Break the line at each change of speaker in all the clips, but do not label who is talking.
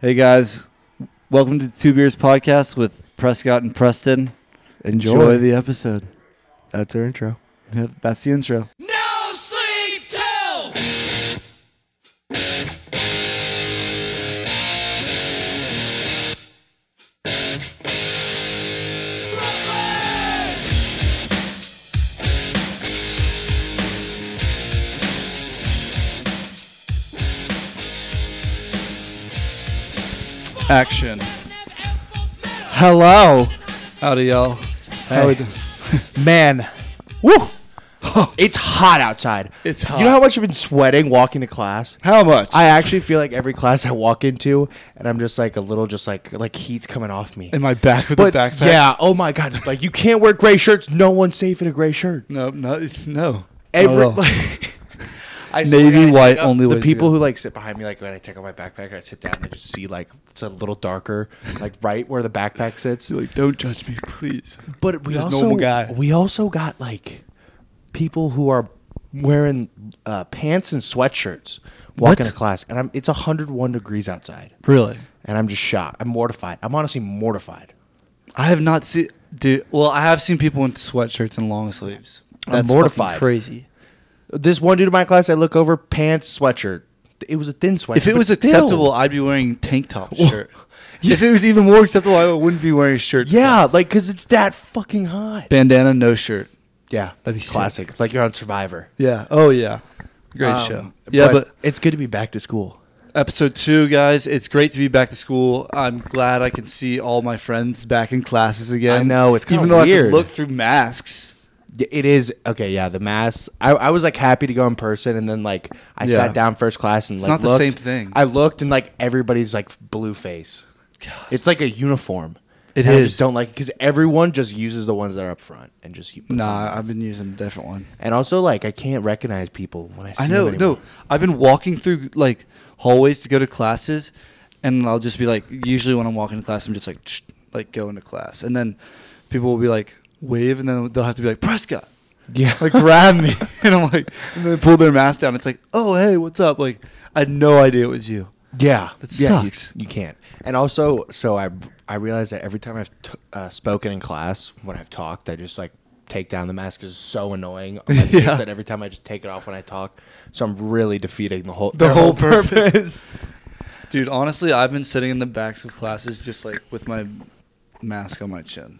Hey guys, welcome to Two Beers Podcast with Prescott and Preston.
Enjoy.
Enjoy the episode.
That's our intro.
Yeah, That's the intro.
No sleep till Brooklyn.
action.
Hello.
Howdy, y'all.
Hey. Man. Woo. It's hot outside.
It's
You know how much I've been sweating walking to class?
How much?
I actually feel like every class I walk into, and I'm just like a little, just like like heat's coming off me.
In my back with
But
the backpack.
yeah, oh my god, like you can't wear gray shirts. No one's safe in a gray shirt.
No, no, no.
Every
Not at all.
like, I
Oh, Navy,
swear, I
white,
take out-
only
the
ways to
people
go.
who like sit behind me. Like when I take out my backpack, I sit down and I just see like it's a little darker, like right where the backpack sits.
You're like, don't judge me, please.
But we
Just
also
normal guy.
we also got like people who are wearing uh, pants and sweatshirts walking
What?
to class, and I'm it's 101 degrees outside,
Really?
and I'm just shocked. I'm mortified. I'm honestly mortified.
I have not seen. Dude, well, I have seen people in sweatshirts and long sleeves.
I'm
That's fucking
mortified.
Crazy.
This one dude in my class, I look over, pants, sweatshirt. It was a thin sweatshirt.
If it
but
was
still.
acceptable, I'd be wearing tank top shirt. If it was even more acceptable, I wouldn't be wearing a shirt.
yeah, like because it's that fucking hot.
Bandana, no shirt.
yeah,
That'd be sick.
classic. Like you're on Survivor.
Yeah. Oh yeah. Great
Um,
show. Yeah, but
it's good to be back to school.
episode two, guys. It's great to be back to school. I'm glad I can see all my friends back in classes again.
I know, it's kinda
even though I have
weird.
to look through masks.
Yeah, It is okay. Yeah, the mask. I, I was like happy to go in person, and then like I
Yeah.
sat down first class and like
not the
looked.
same thing.
I looked and like everybody's like blue face. It's like a uniform.
It
It is. I
is.
just don't like because everyone just uses the ones that are up front and just. puts on
Nah,
the
I've
mask.
been using a different one.
and also like I can't recognize people when I see.
I know.
them anymore.
No, I've been walking through like hallways to go to classes, and I'll just be like, usually when I'm walking to class, I'm just like, "Tsh," like going to class, and then people will be like wave, and then they'll have to be like Prescott,
Yeah.
like grab me, and I'm like, and then pull their mask down. It's like, oh hey, what's up? Like I had no idea it was you.
Yeah,
That
yeah, you-
sucks.
You, can't. And also, so I I realized that every time I've t- uh, spoken in class, when I've talked, I just like take down the mask is so annoying. I noticed
Yeah.
that every time I just take it off when I talk, so I'm really defeating the whole
The
their
whole purpose.
purpose.
Dude, honestly, I've been sitting in the backs of classes just like with my mask on my chin.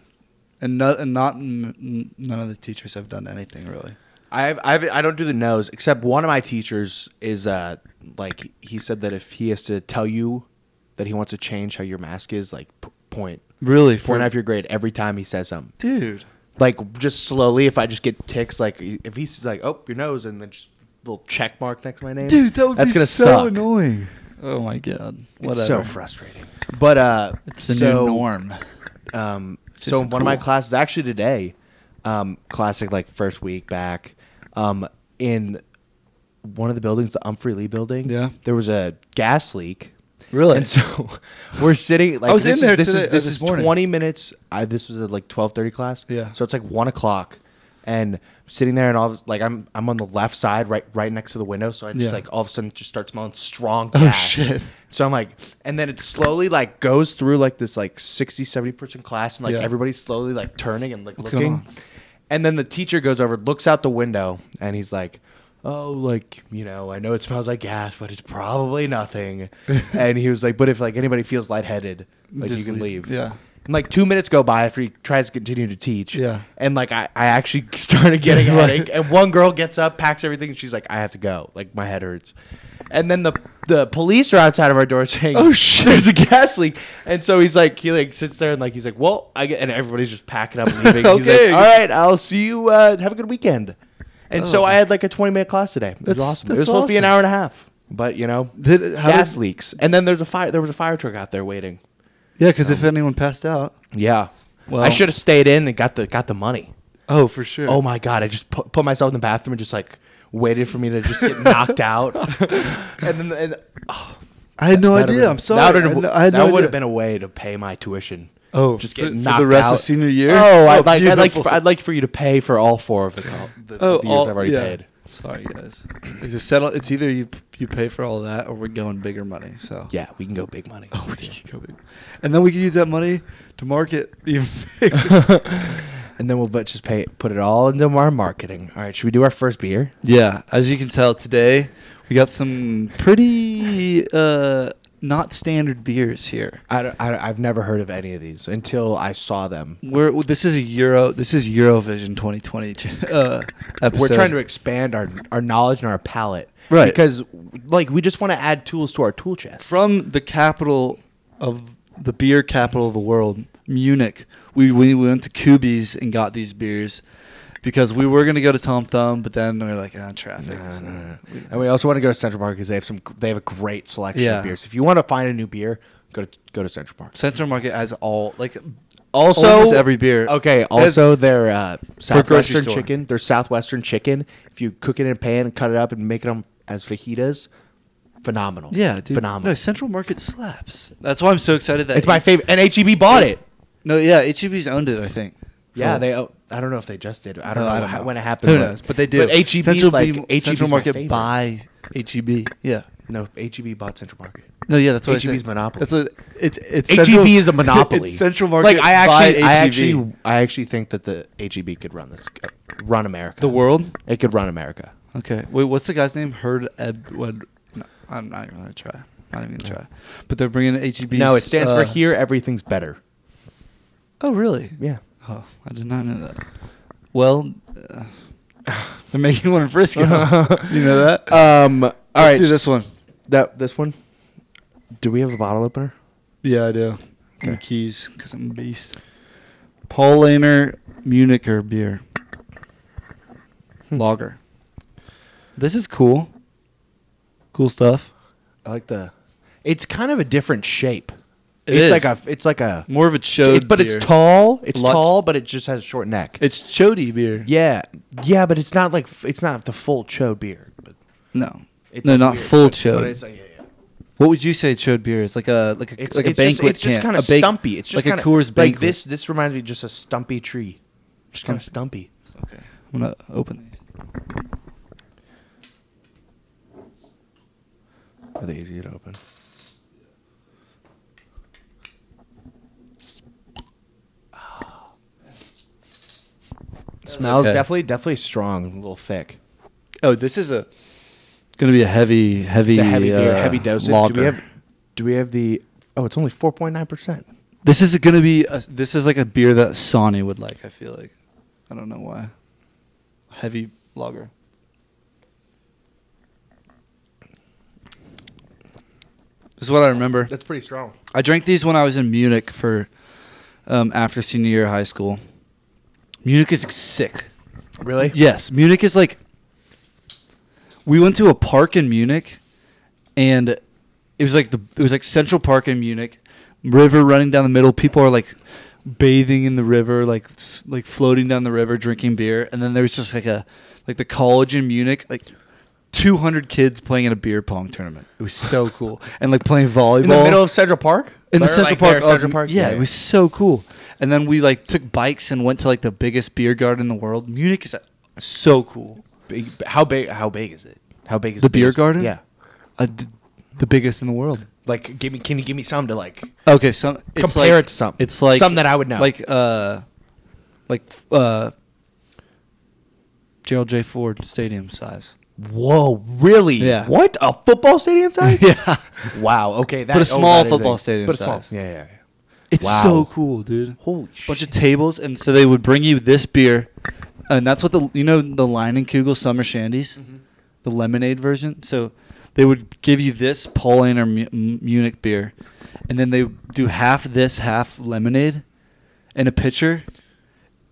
And, no, and not n- n- none of the teachers have done anything really.
I've, I've, I don't do the nose, except one of my teachers is uh like he said that if he has to tell you that he wants to change how your mask is, like p- point
Really?
point out your grade every time he says something.
dude.
like just slowly if I just get ticks, like if he's like, oh, your nose, and then just little check mark next to my name,
Dude, that would
that's
be
gonna
so
suck.
annoying. Oh my god.
It's so frustrating. But uh,
It's the
so,
new norm.
Um,
It's
so
just
one of my
cool.
classes actually today, um, classic like first week back, um, in one of the buildings, the Humphrey Lee building.
Yeah.
there was a gas leak.
Really?
And so we're sitting like
was
this
in there
is, this
today-
is
or
this,
this
is
morning.
twenty minutes. I this was at like twelve thirty class.
Yeah.
So it's like one o'clock, and sitting there and all of, like I'm I'm on the left side, right right next to the window. So I just
Yeah. Oh,
like all of a sudden just start smelling strong gas.
shit.
So I'm like, and then it slowly like goes through like this like 60, 70 percent class, and like
Yeah.
everybody's slowly like turning and like
What's going
looking.
on?
And then the teacher goes over, looks out the window, and he's like, "Oh, like you know, I know it smells like gas, but it's probably nothing." and he was like, "But if like anybody feels lightheaded, like
Just
you can
leave.
leave."
Yeah.
And like two minutes go by after he tries to continue to teach.
Yeah.
And like I, I actually started getting a
Right.
headache. And one girl gets up, packs everything, and she's like, I have to go. Like my head hurts. And then the the police are outside of our door saying,
Oh, shit.
There's a gas leak. And so he's like, he like sits there and like he's like, Well, I get and everybody's just packing up and leaving. He's
Okay.
like, All right, I'll see you uh, have a good weekend. And so I had like a twenty minute class today. It was
Oh. That's-
awesome. It
that's
was supposed to be an
awesome.
hour and a half. But you know,
Did- how
gas
did-
leaks. And then there's a fire there was a fire truck out there waiting.
Yeah, because if
Um,
anyone passed out.
Yeah.
Well-
I should have stayed in and got the got the money.
Oh, for sure.
Oh my god! I just put, put myself in the bathroom and just like waited for me to just get knocked out. and then and,
I had no idea.
that'd have been-
I'm sorry.
That,
I had
would have-
no- I had
that
no
would
idea.
have been a way to pay my tuition.
Oh,
just
for-
get
for the
knocked
rest of
out.
senior year?
Oh,
Oh,
I'd, like, I'd like
beautiful.
for, I'd like for you to pay for all four of the col- the,
Oh,
the years
all-
I've already
yeah.
paid.
Sorry guys. It's a settle. It's either you you pay for all that or we're going bigger money. So
Yeah, we can go big money.
Oh, we could go big. And then we could use that money to market even bigger.
and then we'll but just pay put it all into our marketing. All right, should we do our first beer?
Yeah, as you can tell today, we got some pretty uh, not standard beers here.
I, don't- I, don't- I've never heard of any of these until I saw them.
We're this is a Euro. This is Eurovision 2020 uh, episode.
We're trying to expand our, our knowledge and our palate.
Right.
Because, like, we just want to add tools to our tool chest.
from the capital of the beer capital of the world, Munich. We we went to Kubi's and got these beers because we were gonna go to Tom Thumb, but then we were like, ah, traffic.
No, no, no. And we also want to go to Central Park because they have some. They have a great selection
Yeah.
of beers. If you want to find a new beer, go to go to Central Park.
Central Market has all like
Also,
almost every beer.
Okay.
There's-
Also, their uh, southwestern
store.
chicken. Their southwestern chicken. If you cook it in a pan and cut it up and make them as fajitas, phenomenal.
yeah, dude.
phenomenal.
No, Central Market slaps. That's why I'm so excited that
It's my favorite. And HEB bought it.
No, yeah, HEB's owned it, I think.
Yeah,
For-
they. Oh, I don't know if they just did. I don't,
No,
know,
I don't
how-
know.
when it happened.
Who knows? But they did.
But HEB 's like HEB 's
Central E
my
Market
favorite.
by HEB. E Yeah.
No, HEB bought Central Market.
No, yeah, that's what I
HEB's
said.
E monopoly.
That's what, it's it's
HEB
Central-
is a monopoly.
it's Central Market. E
Like I actually,
by
I
HEB.
actually, I actually think that the HEB could run this, uh, run America.
the world.
It could run America.
Okay, wait, what's the guy's name? Heard Edward. No, I'm not even gonna try. Not even gonna try. But they're bringing E HEB.
no, it stands for here. Everything's better.
uh, Oh, really?
Yeah.
Oh, I did not know that. Well, uh, they're making one in Frisco. you know that?
Um. All
Let's
right.
do this one.
That this one. Do we have a bottle opener?
Yeah, I do. And
Okay.
keys, because I'm a beast. Paul Lehner Municher beer.
Hmm.
Lager. This is cool. Cool stuff.
I like the. It's kind of a different shape.
It
it's
is.
like a. It's like a.
More of a chode
It, but
beer.
it's tall. It's
Lots-
tall, but it just has a short neck.
It's chody beer.
yeah, yeah, but it's not like f- it's not the full chode beer. But
No.
it's
no,
like
not
weird,
full
but-
chode.
But it's like, yeah, yeah.
what would you say chode beer is? Like a like a
It's
like
it's
a
just-
banquet
It's just
can-
kind of
a bake-
stumpy. It's just
like
kinda,
a Coors banquet.
Like this. This reminded me just a stumpy tree. Just kind of stumpy.
Okay. I'm gonna open it.
Are they easy to open? Smells
Okay.
definitely, definitely strong, a little thick.
Oh, this is a gonna be a heavy, heavy,
It's a heavy beer,
uh,
heavy dosage.
Lager.
Do we have? Do we have the? Oh, it's only four point nine percent.
This is gonna be a, this is like a beer that Sonny would like. I feel like I don't know why. Heavy lager. This is what I remember.
That's pretty strong.
I drank these when I was in Munich for um, after senior year of high school. Munich is sick.
Really?
Yes, Munich is like. We went to a park in Munich, and it was like the it was like Central Park in Munich, river running down the middle. People are like bathing in the river, like s- like floating down the river, drinking beer, and then there was just like a like the college in Munich, like. 200 kids playing in a beer pong tournament. It was so cool. And like playing volleyball
In the middle of Central Park.
in the
Or,
Central
like,
Park.
their
of-
Central Park.
Yeah, it was so cool. And then we like took bikes and went to like the biggest beer garden in the world. Munich is uh, so cool.
Big, how big? How big is it? How big is
The beer
biggest-
garden?
Yeah.
Uh, d- the biggest in the world.
Like, give me. Can you give me some to like?
Okay, some it's
Compare
like-
it to some-
It's like
some that I would know.
Like uh, like uh, Gerald J. Ford Stadium size.
Whoa! Really?
Yeah.
What? A football stadium size?
Yeah.
Wow. Okay. That,
But a
oh,
small
that is
football
big.
stadium
But a small.
size.
Yeah, yeah. yeah.
It's
Wow.
so cool, dude.
Holy
bunch of
shit.
tables, and so they would bring you this beer, and that's what the you know the Lion and Kugel Summer Shandies,
Mm-hmm.
the lemonade version. So they would give you this Pauline or Mu- Munich beer, and then they do half this, half lemonade, in a pitcher,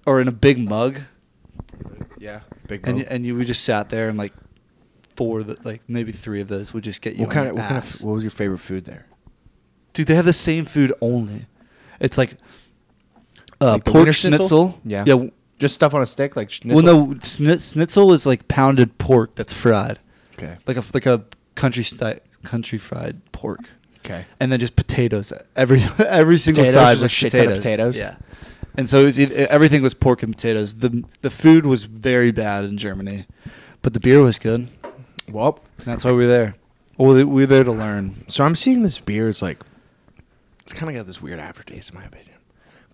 or in a big mug,
Yeah. Big.
and
move.
and you we just sat there and like four of the, like maybe three of those would just get you.
what
on
kind
your
of? What kind
ass.
of? What was your favorite food there?
Dude, they have the same food only. It's like uh,
Like the
pork
Wiener
schnitzel.
Yeah.
Yeah. w-
Just stuff on a stick, like schnitzel.
Well, no, schni- schnitzel is like pounded pork that's fried,
Okay.
like a like a country style country fried pork,
Okay.
and then just potatoes. Every every single
Potatoes,
side
just a
was
shit ton of
potatoes.
potatoes?
Yeah. And so it was, eith- everything was pork and potatoes. The the food was very bad in Germany, But the beer was good.
Well,
That's why we were there. Well, we were there to learn.
so I'm seeing this beer is like, it's kind of got this weird aftertaste in my opinion,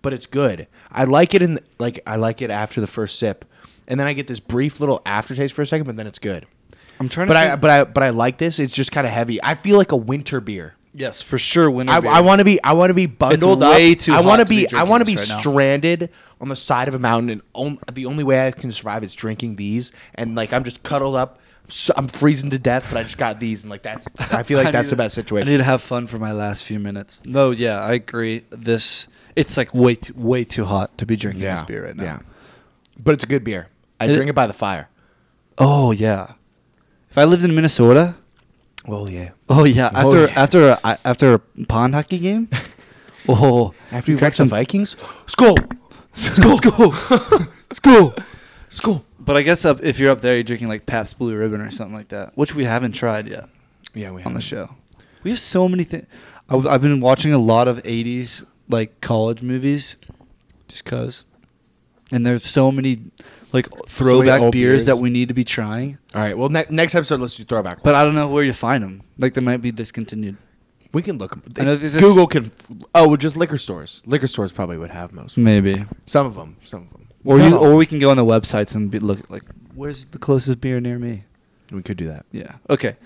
but it's good. I like it in the, like I like it after the first sip, and then I get this brief little aftertaste for a second, but then it's good.
I'm trying
But
to.
I but I but I like this. It's just kind of heavy. I feel like a winter beer.
yes, for sure. Winter
I,
beer.
I want to be I want to be bundled
way
up.
too
I
hot
want to
to be
be, I
drinking
want to be
this right now.
stranded on the side of a mountain, and on, the only way I can survive is drinking these. And like I'm just cuddled up, so I'm freezing to death, but I just got these, and like that's I feel like
I
that's
need
the
to-
best
I need
situation.
to have fun for my last few minutes. No, yeah, I agree. This it's like way too, way too hot to be drinking this beer right now.
yeah. But it's a good beer. I
It-
drink it by the fire.
Oh yeah. If I lived in Minnesota,
Well, yeah.
oh yeah,
Oh,
after
yeah.
after a, after a pond hockey game, oh,
After you
crack
catch the Vikings, school,
Let's go, let's go.
school.
But I guess up, if you're up there, you're drinking like Pabst Blue Ribbon or something like that, which we haven't tried yet
Yeah, we
on the
have-
show. We have so many things. I've been watching a lot of '80s like college movies, just cause. And there's so many like throwback
old
beers,
beers.
that we need to be trying,
All right. Well, ne- next episode, let's do throwback.
but I don't know where you find them. Like they might be discontinued.
We can look.
I know
it's-
there's this-
Google can. Oh, well, just liquor stores. Liquor stores probably would have most.
Maybe.
Some of them. Some of them.
Or
No,
you,
no.
or we can go on the websites and be, look like where's the closest beer near me.
we could do that.
Yeah. Okay.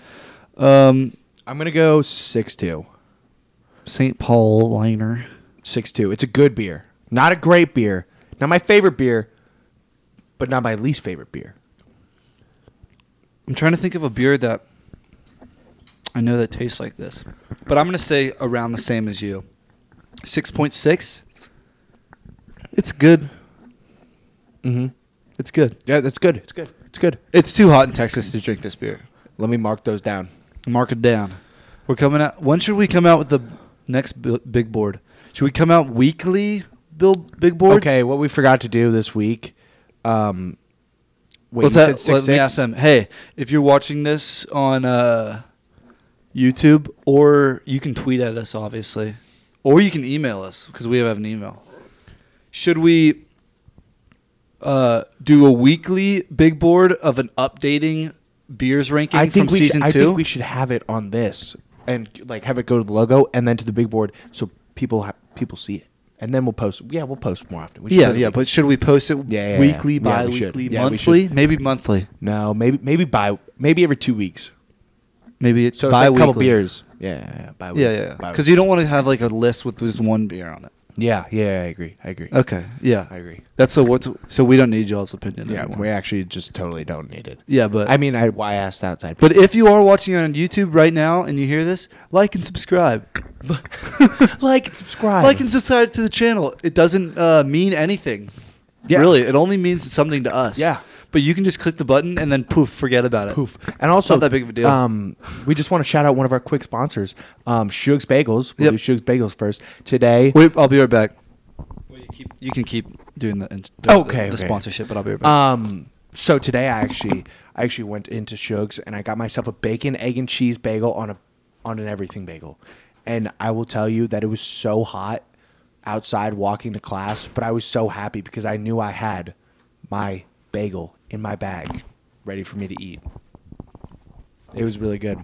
Um,
I'm gonna go six two.
St. Paul Liner.
Six two. It's a good beer. Not a great beer. Not my favorite beer, but not my least favorite beer.
I'm trying to think of a beer that I know that tastes like this, but I'm gonna say around the same as you. Six point six. It's good.
Mm-hmm.
It's good.
Yeah, that's good. It's good. It's good.
It's too hot in Texas to drink this beer.
Let me mark those down.
Mark it down. We're coming out. When should we come out with the next bi- big board? Should we come out weekly? Bill, big boards.
Okay, what we forgot to do this week. Um, wait,
Let's
you
a-
said six
let me
six?
ask them. Hey, if you're watching this on uh, YouTube, or you can tweet at us, obviously, or you can email us because we have an email. Should we uh, do a weekly big board of an updating beers ranking
I think
from
we
season
should,
two?
I think we should have it on this and like have it go to the logo and then to the big board so people ha- people see it. And then we'll post. Yeah, we'll post more often. We should
yeah,
do the
yeah,
big-
but should we post it
Yeah, yeah, yeah.
weekly,
Yeah, we should.
bi-weekly,
Yeah, we should.
monthly? Maybe monthly.
no, maybe maybe by maybe every two weeks.
Maybe it's
So it's like
bi-weekly.
a couple beers. Yeah, yeah, yeah. Bi-week,
Yeah, yeah.
bi-week.
Because you don't want to have like a list with just one beer on it.
yeah, yeah, yeah, I agree. I agree.
Okay. Yeah.
I agree.
That's so what's so we don't need y'all's opinion.
Yeah,
anymore.
we actually just totally don't need it.
yeah, but
I mean, I why I asked outside.
but if you are watching on YouTube right now and you hear this, like and subscribe.
like and subscribe.
Like and subscribe to the channel. It doesn't uh, mean anything.
Yeah.
Really, it only means something to us.
Yeah.
But you can just click the button and then poof, forget about it.
poof. And also,
Not that big of a deal.
Um, we just want to shout out one of our quick sponsors, um, Shug's Bagels. We'll
Yep.
do Shug's Bagels first today.
Wait, I'll be right back. Well, you, keep, you can keep doing the, int- the-
Okay,
the
okay.
sponsorship, but I'll be right back.
Um, so today I actually I actually went into Shug's and I got myself a bacon, egg, and cheese bagel on a on an everything bagel, and I will tell you that it was so hot outside walking to class, but I was so happy because I knew I had my bagel in my bag, ready for me to eat. It was really good.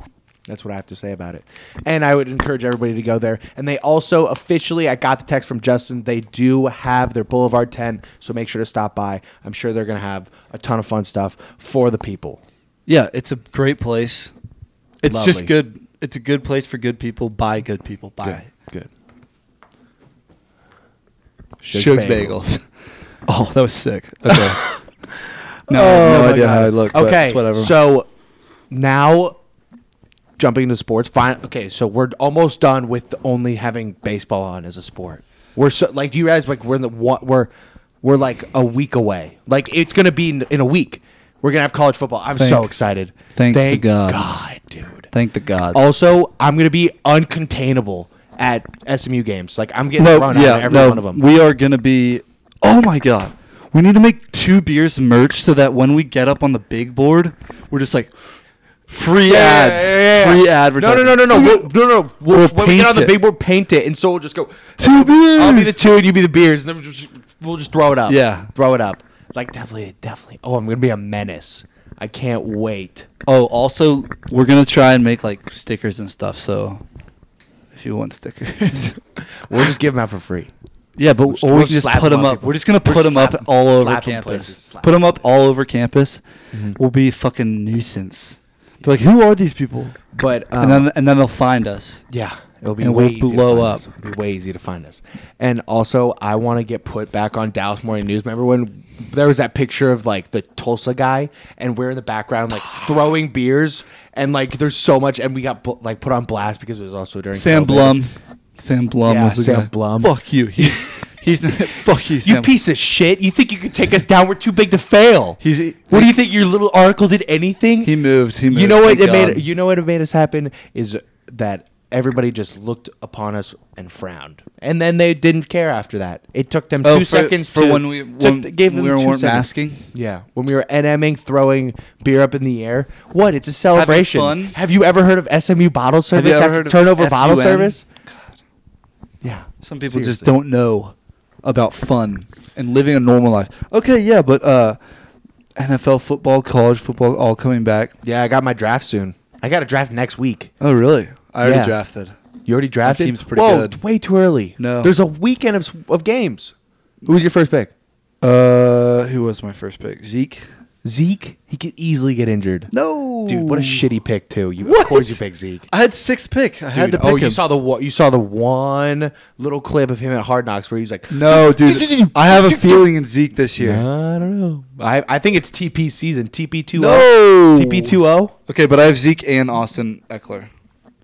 That's what I have to say about it. And I would encourage everybody to go there. And they also officially, I got the text from Justin, they do have their Boulevard tent. So make sure to stop by. I'm sure they're going to have a ton of fun stuff for the people.
Yeah, it's a great place. It's
Lovely.
just good. It's a good place for good people by good people by
Good.
Shug's bagels. Oh, that was sick. Okay. no, no idea how I look. but
Oh Okay.
it's whatever.
So now jumping to sports. Fine. Okay. So we're almost done with only having baseball on as a sport. We're so like, do you realize like we're in the one, we're we're like a week away. Like it's gonna be in, in a week. We're gonna have college football. I'm so
Thank-
excited.
thank the gods.
God, dude.
thank the gods.
also, I'm gonna be uncontainable at SMU games. Like I'm getting
no,
thrown out
yeah,
of every
no,
one of them.
We are gonna be. Oh my god, we need to make two beers merch so that when we get up on the big board, we're just like free ads, free advertising.
No, no, no, no, no, We'll- no, no. no. We'll,
We'll
when we get
paint
on the
it.
big board, paint it, and so we'll just go.
Two
I'll be
beers.
the two, and you be the beers, and then we'll just, we'll just throw it up.
Yeah.
throw it up. Like definitely, definitely. Oh, I'm gonna be a menace. I can't wait.
Oh, also, we're gonna try and make like stickers and stuff. So, if you want stickers,
We'll just give them out for free.
yeah, but
just-
or
we'll
we can just
slap
put
'em
them
on
up.
people.
We're just gonna
We'll
put them
slap
up
'em.
all over
Slap 'em places.
campus.
Slap
Put
'em
them up all over campus.
Mhm.
We'll be fucking nuisance. Be like, who are these people?
But um,
and then and then they'll find us.
Yeah, it'll be
And
way
we'll
easy to
blow
find
up.
us. It'll be way easy to find us. And also, I want to get put back on Dallas Morning News. Remember when there was that picture of like the Tulsa guy, and we're in the background like throwing beers, and like there's so much, and we got bl- like put on blast because it was also during
Sam
COVID.
Blum. Sam Blum
Yeah,
was the
Sam
guy.
Blum.
Fuck you. He, he's fuck you,
You
Sam.
piece of shit! You think you could take us down? We're too big to fail.
He's-
what do you think? Your little article did anything?
He moved. He moved.
You know what
Thank
it made?
God.
You know what it made us happen is that everybody just looked upon us and frowned, and then they didn't care after that. It took them two
Oh, for-
seconds
for
to,
when we-
took-
when
gave them
we
two
weren't
seconds.
masking?
Yeah, when we were NMing, throwing beer up in the air. What? It's a celebration.
fun?
Have you ever heard of SMU bottle
Have you
service?
ever
after
heard of
turnover bottle
FUN?
service? Yeah.
Some people just
Seriously.
don't know about fun and living a normal life. Okay, yeah, but uh, NFL football, college football, all coming back.
Yeah, I got my draft soon. I got a draft next week.
Oh, really? I already
Yeah.
drafted.
You already drafted.
team's pretty
Whoa,
good.
Way too early.
No.
there's a weekend of, s- of games. Who was your first pick?
Uh, who was my first pick? Zeke.
Zeke. He could easily get injured.
No,
dude, what a shitty pick too. You
What?
of course you picked Zeke.
I had sixth pick. I had to
Dude,
pick
oh, you
him.
saw the wa- you saw the one little clip of him at Hard Knocks where he's like,
no, dude. I have a feeling in Zeke this year.
I don't know. I, I think it's TP season. TP two
No.
TP two oh? O.
Okay, but I have Zeke and Austin Eckler.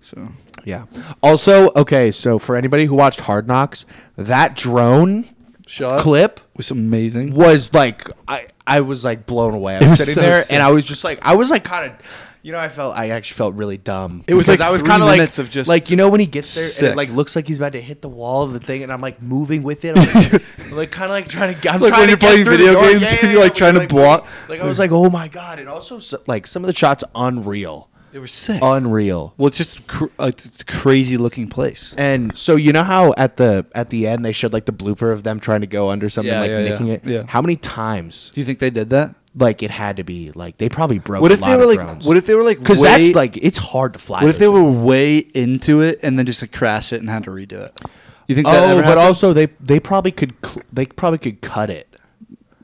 So
Yeah. Also, okay. So for anybody who watched Hard Knocks, that drone
shot
clip
was amazing.
was like I I was like blown away. I was,
was
sitting
so
there
sick.
and I was just like I was like kind of you know I felt I actually felt really dumb.
It was,
because
like,
I was
three
kinda
minutes
like
of just
like you know when he gets there and
sick.
it like looks like he's about to hit the wall of the thing and I'm like moving with it. I'm like, kind of like trying to I'm
Like when
trying to
you're
get
playing
through the
video
door.
games and you're, like,
but
trying to block-
Like I was like oh my god and also so, like some of the shots unreal.
They were sick.
Unreal.
well, it's just cr- uh, it's it's a crazy looking place.
And so you know how at the at the end they showed like the blooper of them trying to go under something
Yeah,
like
yeah, yeah.
nicking it.
Yeah.
How many times
Do you think they did that?
like it had to be like they probably broke.
What
a
if
lot
they
of
were like?
drones.
What if they were like?
Because
way-
that's like it's hard to fly.
What if
those
they were
things.
way into it and then just like crash it and had to redo it? You think that
Oh,
ever
but
happened?
also they they probably could cl- they probably could cut it.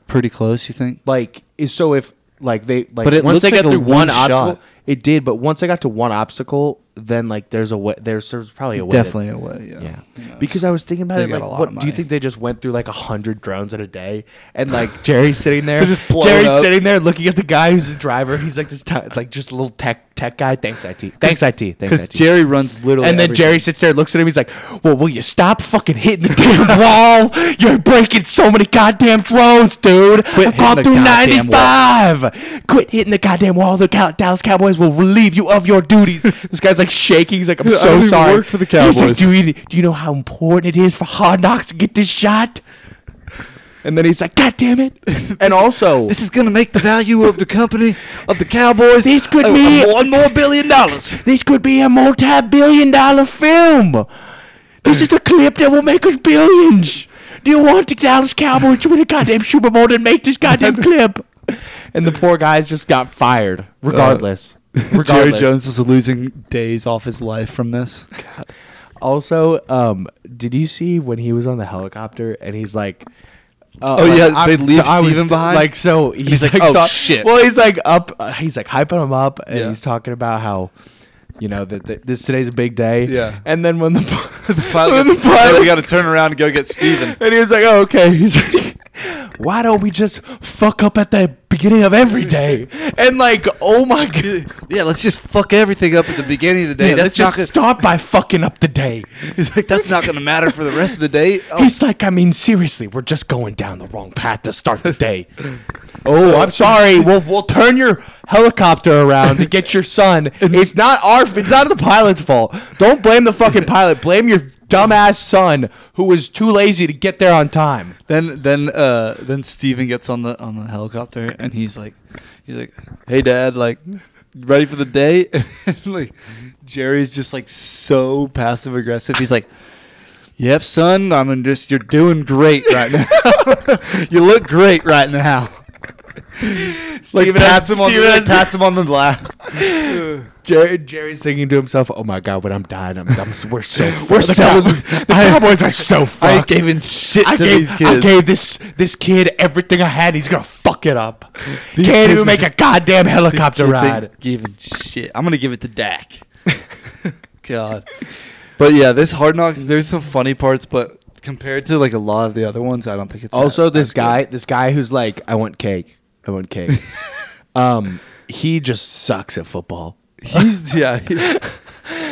pretty close? You think?
Like is- so if like they like
But it
once
looks
they got
like a
through one
one
obstacle,
shot.
it did. But once I got to one obstacle, then like there's a way there's, there's probably a way. to-
Definitely a way. Yeah.
yeah,
No.
because I was thinking about
They
it.
got
Like,
a lot
what
of
do you
money.
think they just went through like a hundred drones in a day? And like Jerry's sitting there,
They're just blowing
Jerry's
up.
sitting there looking at the guy who's the driver. He's like this, t- like just a little tech tech guy. Thanks IT. Thanks IT. Thanks
Because
IT.
Jerry runs literally.
And then
everything.
Jerry sits there and looks at him. He's like, "Well, will you stop fucking hitting the damn wall? You're breaking so many goddamn drones, dude.
Quit
I've
hitting
gone
the
through
goddamn wall."
95. Quit hitting the goddamn wall. The Cow- Dallas Cowboys will relieve you of your duties." this guy's like shaking. He's like, "I'm
I don't
so
even
sorry."
work for the
He's like,
Cowboys.
do, you, "Do you know how important it is for Hard Knocks to get this shot?" And then he's like, "God damn it!" And also,
This is gonna make the value of the company of the Cowboys.
This could
a- a
be-
more- one more billion dollars.
This could be a multi-billion dollar film. This is a clip that will make us billions. Do you want the Dallas Cowboys to win a goddamn Super Bowl and make this goddamn clip? And the poor guys just got fired, regardless. regardless.
Jerry Jones is losing days off his life from this.
Also, um, did you see when he was on the helicopter and he's like, uh,
Oh,
like,
yeah, they
I'm-
leave
I was-
Steven behind?
Like so, he's,
he's
like,
like, "Oh,
talk-
shit."
Well, he's like up, uh, he's like hyping him up, and
Yeah.
he's talking about how, you know, that, that this today's a big day.
Yeah.
And then when the, the
Finally,
when the pilot-
we got to turn around and go get Steven.
and he was like, oh, okay. He's like, why don't we just fuck up at the beginning of every day? And like, oh my god.
yeah, let's just fuck everything up at the beginning of the day.
Yeah, let's
that's not
just
gonna,
start by fucking up the day.
He's like, that's not gonna matter for the rest of the day. Oh,
He's like, I mean, seriously, we're just going down the wrong path to start the day. oh, I'm sorry. We'll we'll turn your helicopter around to get your son. It's not our. It's not the pilot's fault. Don't blame the fucking pilot. Blame your dumbass son who was too lazy to get there on time.
Then then uh then Steven gets on the on the helicopter and he's like he's like, Hey dad, like ready for the day? And like Jerry's just like so passive aggressive. He's like Yep, son, I'm in just you're doing great right now. you look great right now. like
Steven
pats
has-
him on
Steven
the, like,
has-
pats him on the lap.
Jerry, Jerry's thinking to himself, "Oh my god, when I'm dying, I'm, I'm we're so we're so the Cowboys are so
I
fucked."
ain't giving shit
I
to
gave,
these kids.
I gave this this kid everything I had. And he's gonna fuck it up. Can't
kids
even make
are-
a goddamn helicopter
Kids
ride.
ain't Giving shit. I'm gonna give it to Dak. God. But yeah, this Hard Knocks. There's some funny parts, but compared to like a lot of the other ones, I don't think it's that-
Also, this
as good.
guy, this guy who's like, "I want cake. I want cake." um, he just sucks at football.
He's yeah. he-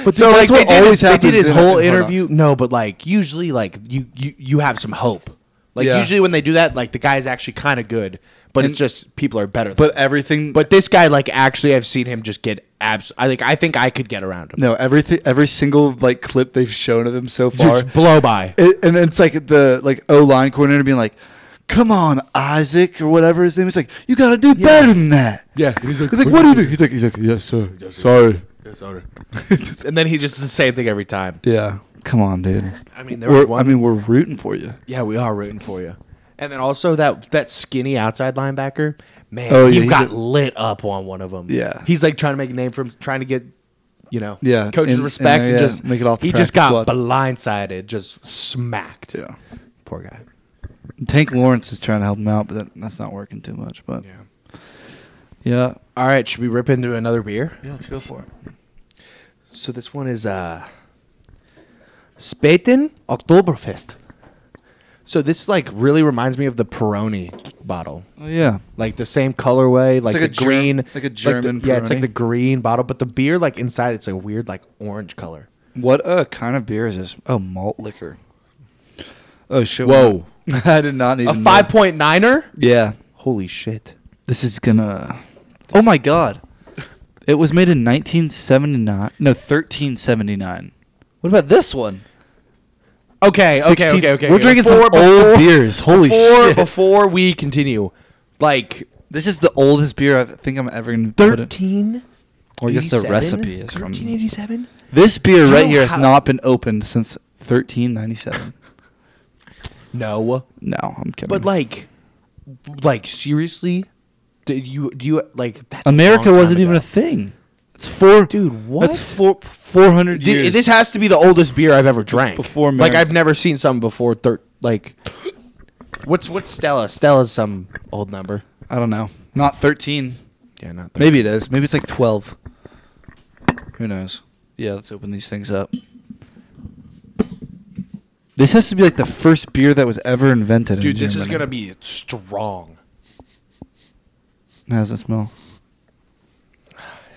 but
So
that's what
like they did,
always
his, they did
happens
his
in-
whole
in Hard Knocks.
interview. No, but like usually, like you you you have some hope. Like
Yeah.
usually when they do that, like the guy's actually kind of good, but it's just people are better.
But everything.
but this guy, like actually, I've seen him just get abs. I think I think I could get around him.
no, everything. Every single like clip they've shown of him so far.
Just blow by.
it, and it's like the like O line coordinator being like, "Come on, Isaac or whatever his name is." Like, you gotta do better than that.
Yeah.
He's like, "What do you do?" He's like, "He's like, yes, sir. Sorry."
and then he just does the same thing every time.
Yeah. Come on, dude.
I mean, there was
We're,
one.
I mean, we're rooting for you.
yeah, we are rooting for you. And then also that that skinny outside linebacker, man,
Oh, yeah,
he
he's
got
a-
lit up on one of them.
Yeah.
he's like trying to make a name for him, trying to get, you know,
Yeah,
coaches
and- and,
respect and,
yeah,
just
make it off the
He just got
practice squad.
blindsided, just smacked.
Yeah.
poor guy.
Tank Lawrence is trying to help him out, but that, that's not working too much. But yeah. yeah,
All right, should we rip into another beer?
let's go for it.
So this one is uh Spaten Oktoberfest. So this like really reminds me of the Peroni bottle.
Oh yeah,
Like the same colorway, like,
like
the
a Ger-
green,
like a
the-
German
yeah, it's like
Peroni.
the green bottle, but the beer like inside it's like a weird like orange color.
what uh, kind of beer is this? Oh, malt liquor. Oh shit!
Whoa.
I did not need
A five point niner?
Yeah,
Mm. Holy shit!
This is gonna. oh my god! It was made in 1979. No, 1379. What about this one?
Okay, okay,
16
okay, okay.
We're
okay.
drinking some
Before-
old
before-
beers. Holy
before,
shit!
Before we continue, like
This is the oldest beer I think I'm ever gonna put in.
thirteen.
Or I guess the recipe is from-
thirteen eighty seven.
This beer
Do you
right
know
here has
how-
not been opened since 1397.
No,
no, I'm kidding.
But like, like seriously, do you do you like that's a
America
long time
wasn't even
ago.
a thing. It's four,
Dude,
That's
what?
four, 400
Dude,
years.
this has to be the oldest beer I've ever drank.
Before
like
America.
I've never seen something before. Thir- like, what's what's Stella? Stella's some old number.
I don't know. Not 13.
Yeah, not thir-
Maybe it is. Maybe it's like 12. Who knows? Yeah, let's open these things up. This has to be like the first beer that was ever invented.
Dude,
in
this is
Germany.
gonna be strong.
How does it smell?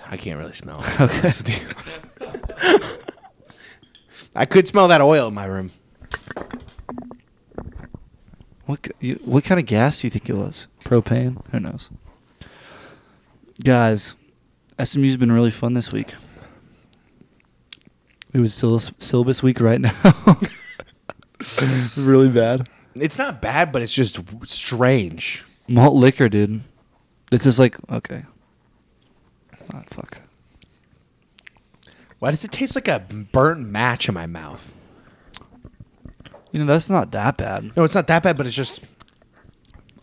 I can't really smell. it, to be honest with you. I could smell that oil in my room.
What ki- you, what kind of gas do you think it was? Propane? Who knows? Guys, SMU's been really fun this week. It was syl- syllabus week right now. really bad.
It's not bad, but it's just w- strange.
Malt liquor, dude. It's just like okay. Ah, fuck.
Why does it taste like a burnt match in my mouth?
You know that's not that bad.
No, it's not that bad, but it's just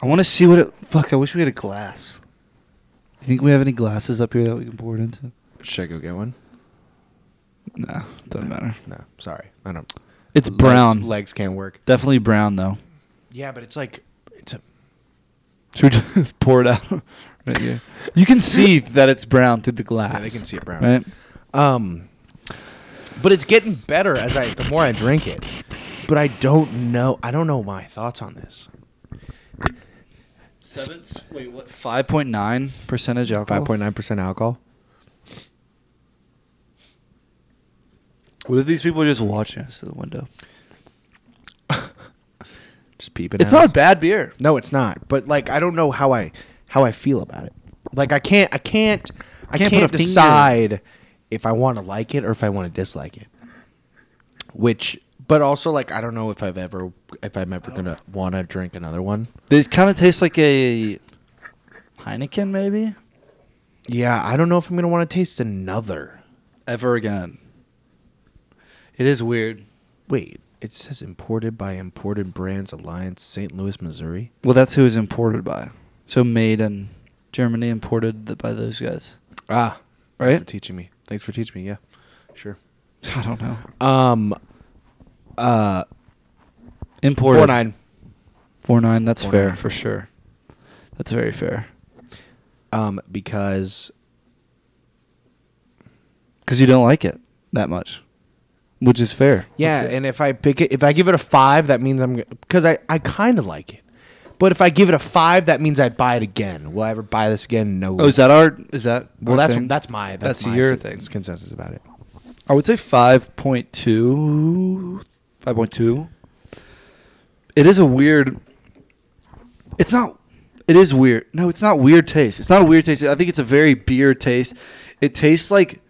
I want to see what it. Fuck. I wish we had a glass. You think we have any glasses up here that we can pour it into?
Should I go get one?
Nah, doesn't matter.
No, sorry, I don't.
It's brown.
Legs, legs can't work.
Definitely brown though.
Yeah, but it's like it's a.
Should we just pour it out right here? You can see that it's brown through the glass.
Yeah, they can see it brown.
Right?
Um, but it's getting better as I the more I drink it. But I don't know. I don't know my thoughts on this.
Seven. Wait, what? Five point nine percentage alcohol.
Five point nine percent alcohol.
What if these people are just watching us through the window?
Just peeping.
It's
at
not
us.
a bad beer.
No, it's not. But like, I don't know how I how I feel about it. Like, I can't. I can't. I can't,
Can't put a finger.
decide if I want to like it or if I want to dislike it. Which, but also, like, I don't know if I've ever if I'm ever gonna want to drink another one.
This kind of tastes like a Heineken, maybe.
Yeah, I don't know if I'm gonna want to taste another.
Ever again. It is weird.
Wait, it says imported by Imported Brands Alliance, St. Louis, Missouri.
Well, that's who it's imported by. So made in Germany, imported th- by those guys.
Ah,
Right?
For teaching me. Thanks for teaching me. Yeah, sure.
I don't know.
Um, uh,
Imported.
four nine.
Four nine. That's
Four
fair
nine.
for sure. That's very fair.
Um, because
Because you don't like it that much, which is fair.
yeah,
That's it.
and if I pick it, if I give it a five, that means I'm because I I kind of like it. But if I give it a five, that means I'd buy it again. Will I ever buy this again? No.
oh, is that our? Is that
well?
our
That's
thing?
that's my that's,
That's
my
your
s-
thing.
Consensus about it.
I would say 5.2. 5.2. It is a weird. It's not. It is weird. No, it's not weird taste. It's not a weird taste. I think it's a very beer taste. It tastes like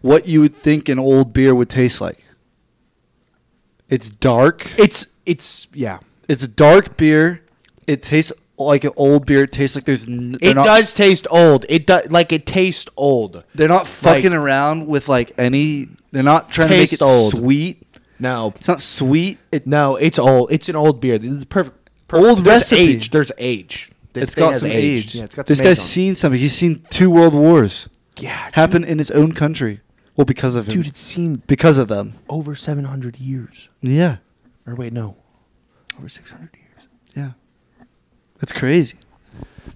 what you would think an old beer would taste like. It's dark.
It's it's yeah.
It's a dark beer. It tastes like an old beer. It tastes like there's. N- they're
It
not-
does taste old. It does like it tastes old.
They're not
like-
fucking around with like any. They're not trying to make
Taste
it
old.
sweet.
No,
It's not sweet. It
no, it's old. It's an old beer. This is perfect. perfect.
Old
There's
recipe.
Age. There's age. This
it's
thing
got
has
some
aged.
age.
Yeah, it's got
this
some age
guy's
on it.
seen something. He's seen two world wars
Yeah,
happen in his own country. Well, because of him,
dude, dude. It's seen
because of them.
over 700 years.
Yeah,
Or wait, no, over 600 years.
yeah. That's crazy.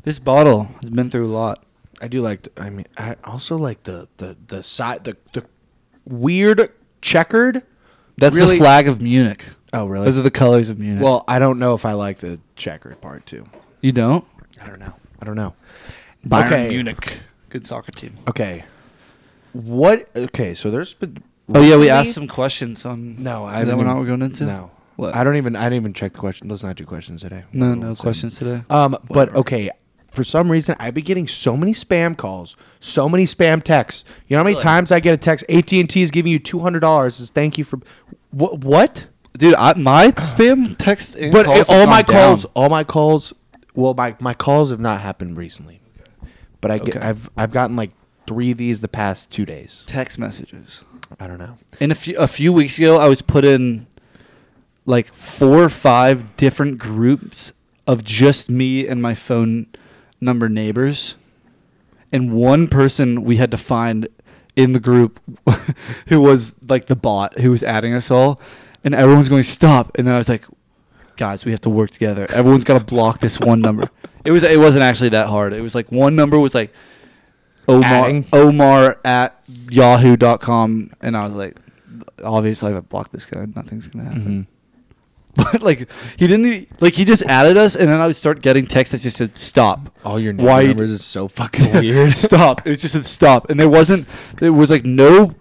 This bottle has been through a lot.
I do like. The, I mean, I also like the the the side the the weird checkered.
That's
Really-
the flag of Munich.
Oh, really?
Those are the colors of Munich.
well, I don't know if I like the checkered part too.
you don't.
I don't know. I don't know.
Bayern
okay.
Munich, good soccer team.
Okay. What? Okay, so there's been.
Oh yeah,
recently-
we asked some questions on.
No, I
is that
haven't
what
even-
we're going into?
No,
What?
I don't even. I didn't even check the question. Let's not do questions today.
No,
We'll-
no
we'll say-
questions today.
Um, but okay, for some reason I've been getting so many spam calls, so many spam texts. You know how many times I get a text? AT and T is giving you two hundred dollars. Says thank you for what? What?
Dude, I, my spam text and
But
calls
it- all
have
my
gone down.
calls, all my calls. Well, my my calls have not happened recently, but I get
Okay.
I've I've gotten like three of these the past two days.
text messages.
I don't know.
And a few a few weeks ago, I was put in like four or five different groups of just me and my phone number neighbors, and one person we had to find in the group who was like the bot who was adding us all, and everyone's going stop, and then I was like, guys, we have to work together. Everyone's got to block this one number. It was it wasn't actually that hard. It was like one number was like Omar
Adding.
Omar at yahoo.com and I was like obviously if I block this guy nothing's going to happen. But like he didn't e- like he just added us and then I would start getting texts that just said stop.
All your
Why you-
numbers is so fucking weird.
stop. It was just said stop, and there wasn't. There was like no,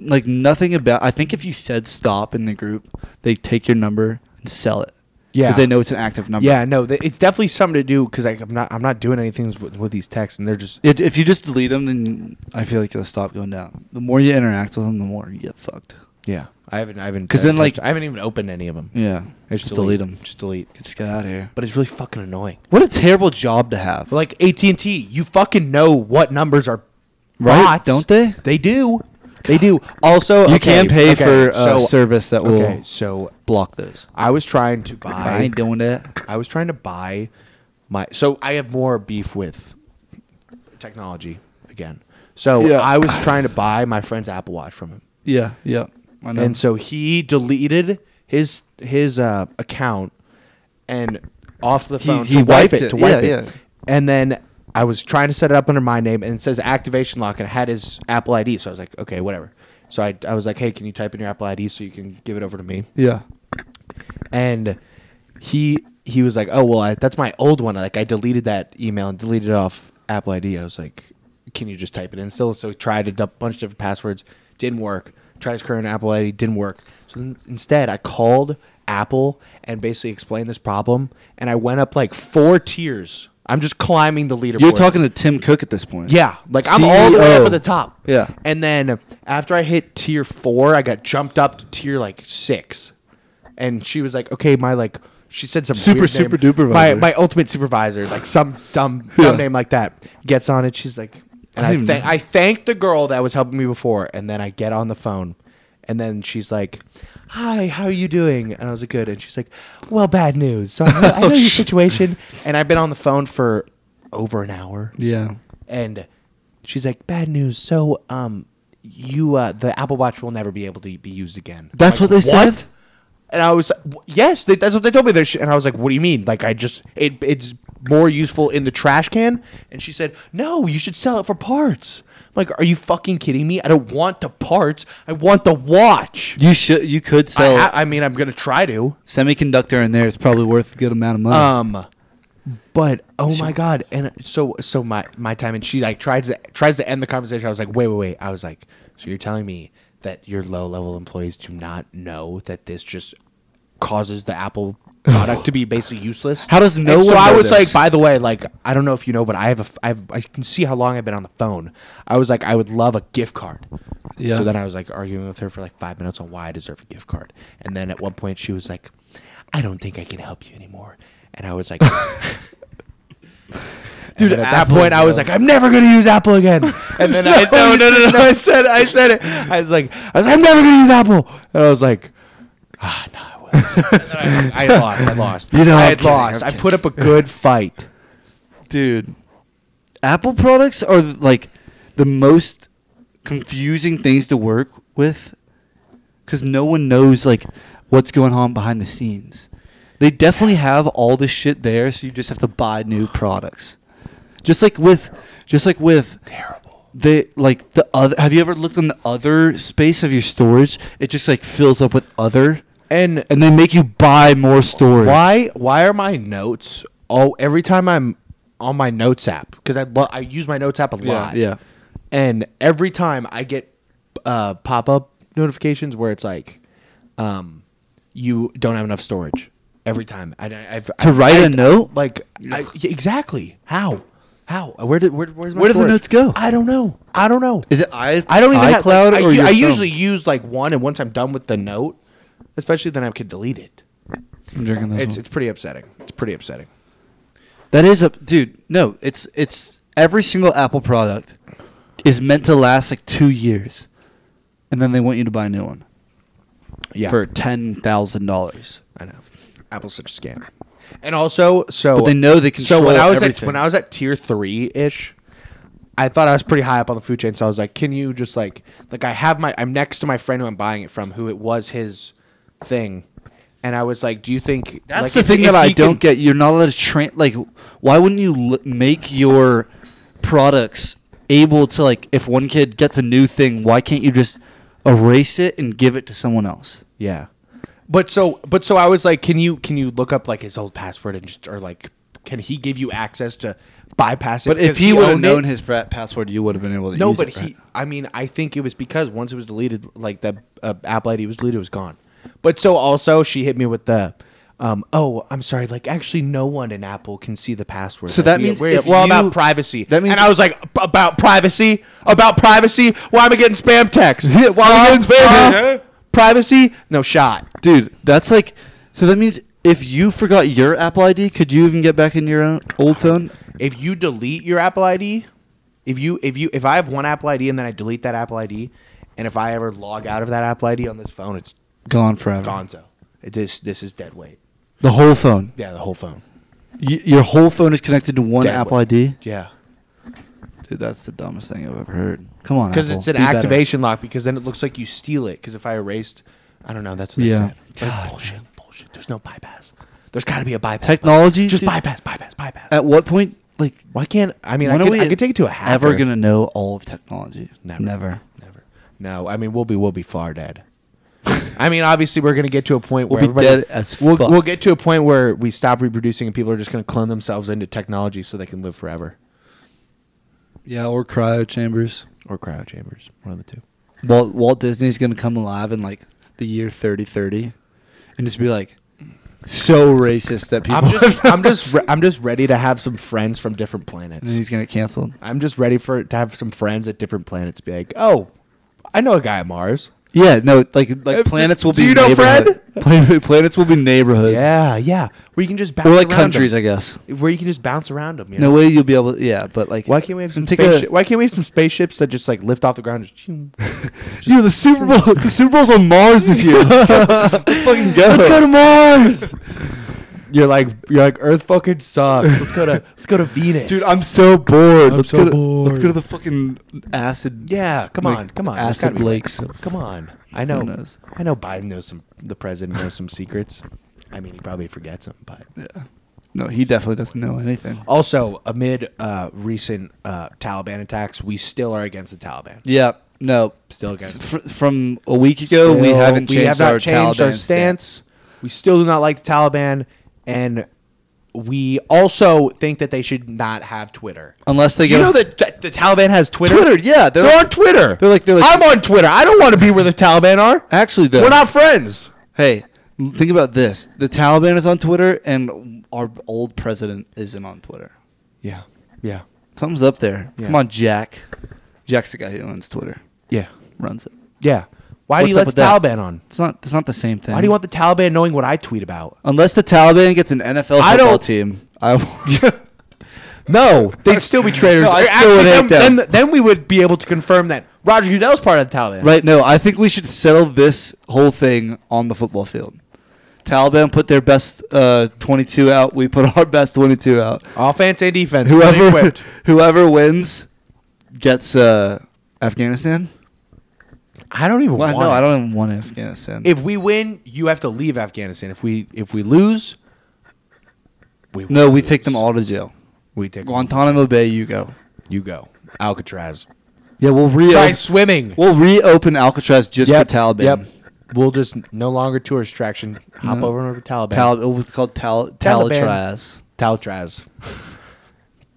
like nothing about. I think if you said stop in the group, they take your number and sell it.
Yeah.
because they know it's an active number.
Yeah, no, th- it's definitely something to do because I'm not I'm not doing anything with, with these texts, and they're just
It, if you just delete them, then I feel like they'll stop going down. The more you interact with them, the more you get fucked.
yeah. I haven't I haven't
'Cause then,
I haven't-
like- Mm.
I haven't even opened any of them.
Yeah,
I just,
delete
delete,
them.
Just delete.
Just get out of here.
But it's really fucking annoying.
What a terrible job to have.
Like AT and T, you fucking know what numbers are
Right,
bots.
don't they?
They do. They do. Also,
you
okay,
can pay
okay,
for uh, a
so-
service that will
Okay, so
block those.
I was trying to buy.
I ain't doing that.
I was trying to buy my so I have more beef with technology again. So
Yeah.
I was trying to buy my friend's Apple Watch from him.
Yeah, yeah. I know.
And so he deleted his his uh, account and off the phone
he
to wipe
wiped
it,
it.
to wipe
Yeah,
it.
yeah.
And then I was trying to set it up under my name and it says activation lock and it had his Apple ID. So I was like, okay, whatever. So I, I was like, hey, can you type in your Apple ID so you can give it over to me?
yeah.
and he he was like, "Oh well, I, that's my old one. Like I deleted that email and deleted it off Apple ID." I was like, "Can you just type it in still?" So he tried a du- bunch of different passwords, didn't work. Tried his current Apple ID, didn't work. So then instead, I called Apple and basically explained this problem, and I went up like four tiers. I'm just climbing the leaderboard.
You're talking to Tim Cook at this point.
Yeah, like I'm all the way up
CEO.
at the top.
E Yeah.
and then after I hit tier four, I got jumped up to tier like six, and she was like, "Okay, my like," she said some
Super,
weird name.
super duper
My
visor.
my ultimate supervisor, like some dumb dumb
Yeah.
name like that, gets on it. She's like, and
I
I
didn't
thank
know.
I thanked the girl that was helping me before, and then I get on the phone. And then she's like, "Hi, how are you doing?" And I
Oh,
was like, "Good." And she's like, "Well, bad news. So I know, I know your situation." And I've been on the phone for over an hour.
Yeah.
And she's like, "Bad news. So, um, you uh, the Apple Watch will never be able to be used again." I'm
That's what
like,
they said?
And I was, "W- yes, they, that's what they told me. They sh-" And I was like, "What do you mean? Like, I just it, it's more useful in the trash can?" And she said, "No, you should sell it for parts." I'm like, are you fucking kidding me? I don't want the parts. I want the watch.
You should. You could
I,
sell
ha- I mean, I'm gonna try to.
semiconductor in there. It's probably worth a good amount of money.
Um, but oh my god! And so so my my time and she like tries to tries to end the conversation. I was like, wait, wait, wait. I was like, so you're telling me that your low level employees do not know that this just causes the Apple product to be basically useless?
How does no
And So
one
I
know
was
this?
like, by the way, like I don't know if you know, but I have a f- I have I can see how long I've been on the phone. I was like, I would love a gift card.
Yeah.
So then I was like arguing with her for like five minutes on why I deserve a gift card. And then at one point she was like, I don't think I can help you anymore. And I was like, Dude, at that point I was like, I'm never gonna use Apple again. And then I no no no no I said I said it. I was like I was like, I'm never gonna use Apple. And I was like, ah no I will. And then I, I lost. I lost.
You know,
I
I'm
had
kidding,
lost.
I'm
I put up a good fight.
dude apple products are like the most confusing things to work with because no one knows like what's going on behind the scenes they definitely have all this shit there so you just have to buy new products just like with just like with
Terrible.
they like the other have you ever looked on the other space of your storage it just like fills up with other
And
and they make you buy more storage
Why? Why are my notes? Oh, every time I'm on my notes app because I lo- I use my notes app a lot.
yeah.
And every time I get uh, pop up notifications where it's like, um, you don't have enough storage. Every time I, I I've,
To
I've-
write a
I've-
note?
like I, yeah, exactly how how where did where, where's my
Where do the notes
storage?
go?
I don't know. I don't know.
is it i
I don't even have-
iCloud
like, I,
or
u-
your
I
phone?
usually use like one, and once I'm done with the note, especially then I can delete it.
i'm drinking this
It's
one.
it's pretty upsetting. It's pretty upsetting.
That is a dude. No, it's it's every single Apple product is meant to last like two years, and then they want you to buy a new one
Yeah,
for ten thousand dollars.
I know. Apple's such a scam. And also, so
But they know they
So when
control
I was at
everything.
when I was at tier three ish, I thought I was pretty high up on the food chain. So I was like, "Can you just like like I have my I'm next to my friend who I'm buying it from, who it was his thing." And I was like, "Do you think
That's
like,
the
if-
thing
if
that I
he can-
don't get. You're not allowed to train. Like, why wouldn't you l- make your products able to like? If one kid gets a new thing, why can't you just erase it and give it to someone else?
Yeah. But so but so I was like, can you can you look up like his old password and just or like can he give you access to bypass it?
But if
Because
he, would have
owned it-
known his pra- password, you would have been able to.
No,
use
but
it,
he
right?
I mean, I think it was because once it was deleted, like the uh, Apple ID was deleted, it was gone. But so also she hit me with the um, oh, I'm sorry. Like, actually, no one in Apple can see the password.
So
Like,
that
we-
means
we're,
if
well
you-
about privacy.
that means-
and I was like, "Ab- about privacy, about privacy. Why am I getting spam texts? Why am I getting spam? texts? privacy, no shot.
Dude, that's like so that means if you forgot your Apple ID, could you even get back in your own old phone?
if you delete your Apple ID, if you if you if I have one Apple ID and then I delete that Apple ID, and if I ever log out of that Apple ID on this phone, it's
Gone forever.
gonzo. It, this this is dead weight.
The whole phone.
Yeah, the whole phone.
Y- your whole phone is connected to one
Dead
Apple
weight.
ID.
Yeah,
Dude, that's the dumbest thing I've ever heard. Come on,
because
Apple,
it's an
be better.
activation lock. Because then it looks like you steal it. Because if I erased, I don't know. That's what they
Yeah.
said. But bullshit, bullshit. There's no bypass. There's got to be a bypass.
Technology,
Just
dude.
bypass, bypass, bypass.
At what point, like,
Why can't I mean? I
when
could,
are we
I could take it to a hacker.
ever gonna know all of technology?
Never.
Never.
Never. No, I mean we'll be we'll be far dead. I mean, obviously, we're gonna get to a point where
We'll be
everybody-
dead as
we'll,
fuck.
we'll get to a point where we stop reproducing and people are just gonna clone themselves into technology so they can live forever
Yeah, or cryo chambers.
or cryo chambers, one of the two.
Walt Walt Disney's gonna come alive in like the year thirty thirty, and just be like, so racist that people.
I'm just I'm just re- I'm just ready to have some friends from different
and then
planets.
he's gonna cancel.
I'm just ready for to have some friends at different planets. Be like, oh, I know a guy at Mars.
Yeah, no, like like
Uh,
planets will
do
be.
you know
neighborhood- Plan- planets will be neighborhoods.
Yeah, yeah. Where you can just bounce
Or like
around 'em.
countries, I guess.
Where you can just bounce around them. You know?
No way you'll be able. Yeah, but like,
Why can't we have some
take a-
spaceship? Why can't we have some spaceships that just like lift off the ground? and Just,
Dude, the Super Bowl. The Super Bowl's on Mars this year. Let's fucking go. Let's go to Mars.
You're like you're like Earth fucking sucks. Let's go to let's go to Venus,
Dude, I'm so bored.
I'm
let's
so
go to, Let's go to
bored.
the fucking acid.
Yeah, come
like,
on, come on. There's gotta
Acid
be-
lakes.
Come on. I know.
knows?
I know Biden knows some. The president knows some secrets. I mean, he probably forgets them, but.
Yeah. No, he definitely doesn't know anything.
Oh. Also, amid uh, recent uh, Taliban attacks, we still are against the Taliban.
Yeah. No.
Still against
S- fr- from a week ago, we
Still-
haven't changed
we have not
our
changed
Taliban
our stance. We still do not like the Taliban, and we also think that they should not have Twitter.
Unless they
Do you
get-
know that th- the Taliban has Twitter.
Twitter, yeah,
they're,
they're-
on Twitter.
they're like- they're like-
I'm on Twitter. I don't want to be where the Taliban are.
Actually, though,
we're not friends.
Hey, think about this: the Taliban is on Twitter, and our old president isn't on Twitter.
Yeah, yeah,
Thumbs up there.
Yeah.
Come on, Jack. Jack's the guy who owns Twitter,
yeah,
runs it.
yeah. Why do
What's
you
up
let the
with that?
Taliban on?
It's not. It's not the same thing.
Why do you want the Taliban knowing what I tweet about?
Unless the Taliban gets an NFL football
I don't-
team, I.
No, they'd still be traitors.
No, I still would
then,
hate them.
then, then we would be able to confirm that Roger Goodell's part of the Taliban.
Right. No, I think we should settle this whole thing on the football field. Taliban put their best uh, 22 out. We put our best 22 out.
Offense and defense. fully
Whoever
equipped.
whoever wins gets uh, Afghanistan.
I don't even
Well,
want.
no,
it.
I don't even want Afghanistan.
If we win, you have to leave Afghanistan. If we if we lose, we
no,
will
we take them
lose.
all to jail.
We take
Guantanamo Bay, you go.
You go Alcatraz.
Yeah, we'll reopen.
Try swimming.
We'll reopen Alcatraz just
Yep,
for Taliban.
Yep. We'll just no longer tourist attraction. Hop
No.
over and over to Taliban.
Tal- oh, it's called Tal-
Taliban.
Talatraz.
Taltraz.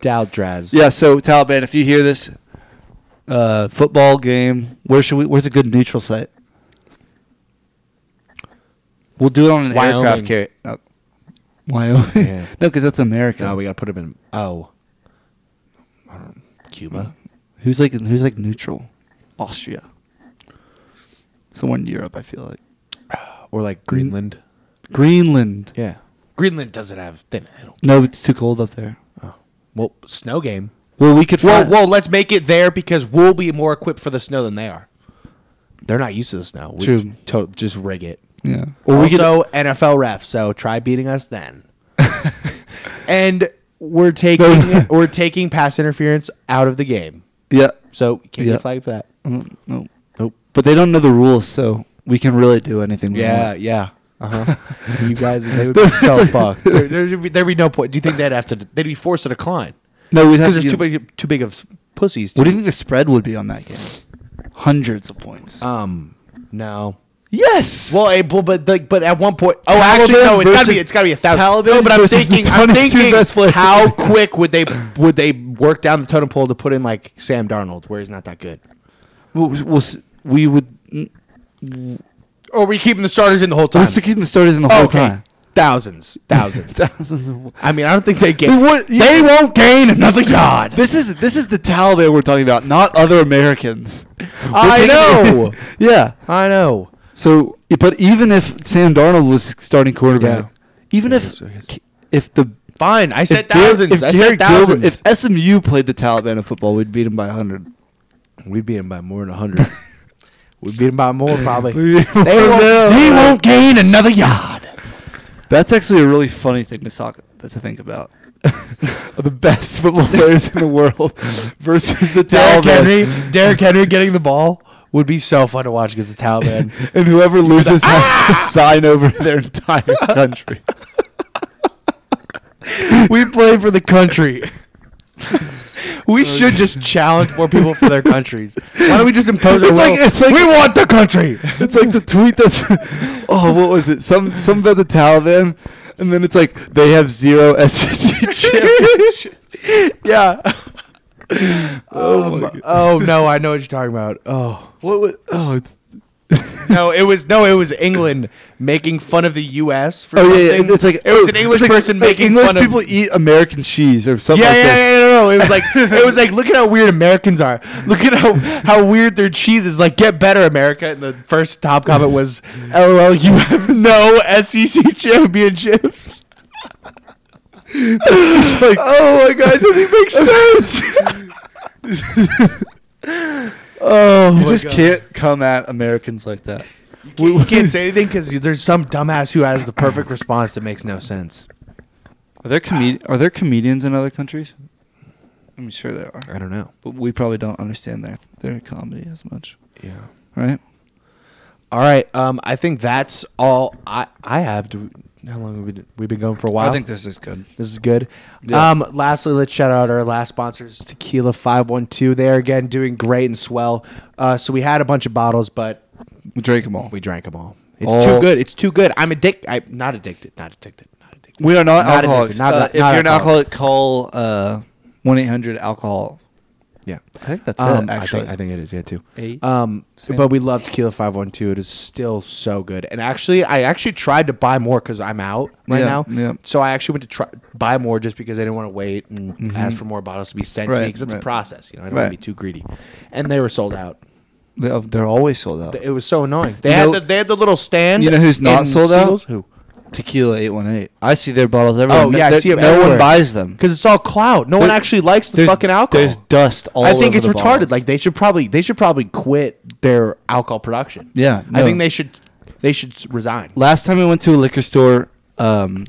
Daltraz.
Yeah, so Taliban, if you hear this uh, football game, where should we? Where's a good neutral site? We'll do it on an
Wyoming.
aircraft carrier. No. Wyoming?
Yeah.
Oh. no, because that's America.
No, we gotta put him in. Oh, I don't- Cuba.
who's like who's like neutral? Austria. Somewhere in Europe, I feel like
or like Greenland.
Greenland.
Yeah, Mm. Greenland doesn't have thin.
No, it's too cold up there.
Well, snow game.
Well, we could.
Whoa,
find-
whoa! Let's make it there because we'll be more equipped for the snow than they are. They're not used to the snow. We
True.
To- just rig it.
Yeah.
Or
Or we could.
also NFL ref. So try beating us then. and we're taking we're taking pass interference out of the game.
Yeah.
So can't
Yeah.
get flagged for that.
Mm, No.
Nope.
But they don't know the rules, so we can really do anything. We
Yeah,
want.
yeah. Uh huh. you guys, they would be so fucked. There, there'd, be, there'd be no point. Do you think they'd have to? They'd be forced to decline
No, we'd have
because
to
there's
do-
too big, too big of s- pussies.
What do
to-
you think the spread would be on that game? Hundreds of points.
Um, no.
yes.
Well, eh, bu- but like, but at one point, oh,
Taliban
actually, no, it's gotta
versus-
be, it's gotta be a thousand.
Taliban
no, but I'm
versus the
thinking, I'm
22
thinking,
best players.
how quick would they would they work down the totem pole to put in like Sam Darnold, where he's not that good?
Well, we'll s- we would.
Or are we keeping the starters in the whole time?
We're still keeping the starters in the
Oh,
whole
okay,
time.
thousands, thousands.
Thousands of-
I mean, I don't think they
They
gain.
would- you-
They won't gain another yard.
This is this is the Taliban we're talking about, not other Americans.
I know.
yeah.
I know.
So, but even if Sam Darnold was starting quarterback, even
Yes,
if
yes.
if the
Fine, I said
if Gar-
thousands.
if
I
Gary
said
Gilbert-
thousands.
if SMU played the Taliban in football, we'd beat him by hundred.
We'd beat him by more than 100. We'd beat him by more, probably. they, won't,
No.
they won't gain another yard.
That's actually a really funny thing to talk to think about. the best football players in the world versus the
Derrick
Taliban,
Henry, Derrick Henry getting the ball would be so fun to watch against the Taliban.
and whoever loses has
"Ah!"
to sign over their entire country.
we play for the country. we should just challenge more people for their countries. Why don't we just impose our
It's like-
will?
it's like-
we want the country.
It's like the tweet that's oh, what was it? Some some about the Taliban, and then it's like they have zero SEC championships.
yeah. Oh, my- oh no, I know what you're talking about. Oh.
What? wa- oh, it's
No, it was no, it was England making fun of the U.S. for
oh
something.
yeah, yeah, it's like
it was
oh,
an English
it's like-
person
like
making
English
fun
people
of.
eat American cheese or something.
yeah,
like
yeah,
that.
yeah, no, no. It was like it was like look at how weird Americans are. Look at how how weird their cheese is. Like get better, America. And the first top comment was, "LOL, you have no SEC championships." oh my god, it doesn't make sense. oh,
You just can't come at Americans like that.
We can't say anything because there's some dumbass who has the perfect response that makes no sense.
Are there comed- Are there comedians in other countries? I'm sure there are,
I don't know.
but we probably don't understand their their comedy as much,
Yeah.
right?
All right. Um, I think that's all I I have. To, how long have we been, we've been going for a while?
I think this is good.
This is good.
Yeah.
Um, lastly, let's shout out our last sponsors, Tequila Five One Two. They are again doing great and swell. Uh, so we had a bunch of bottles, but
We drank them all.
we drank them all. It's
All-
too good. It's too good. I'm addicted. I'm not addicted. Not addicted. Not addicted.
We are not,
Not addicted,
alcoholics.
not-
Uh,
not-
if
not
you're an alcoholic,
alcoholic.
call uh, one eight hundred alcohol.
Yeah, I
think that's it, actually.
I think, I think it is. Yeah, too.
Eight.
Um,
Same.
but we love Tequila Five One Two. It is still so good. And actually, I actually tried to buy more because I'm out right
Yeah,
now.
yeah.
So I actually went to try buy more just because I didn't want to wait and ask for more bottles to be sent to me
Mm-hmm. Right,
because it's a
right.
process. You know, I don't want to
Right.
be too greedy. And they were sold out.
They, are always sold out.
It was so annoying. They
You
had
know-
the, they had the little stand.
You know who's not
in
sold out?
Seagulls? Who?
Tequila eight one eight. I see their bottles everywhere.
Oh, yeah, I
They're-
see 'em
no
everywhere.
one buys them.
Because it's all clout. No one
There-
actually likes the
there's-
fucking alcohol.
There's dust all.
I think
over
it's
the
retarded.
bottle.
Like they should probably they should probably quit their alcohol production.
Yeah,
I
no.
think they should they should s- resign.
last time I went to a liquor store, um,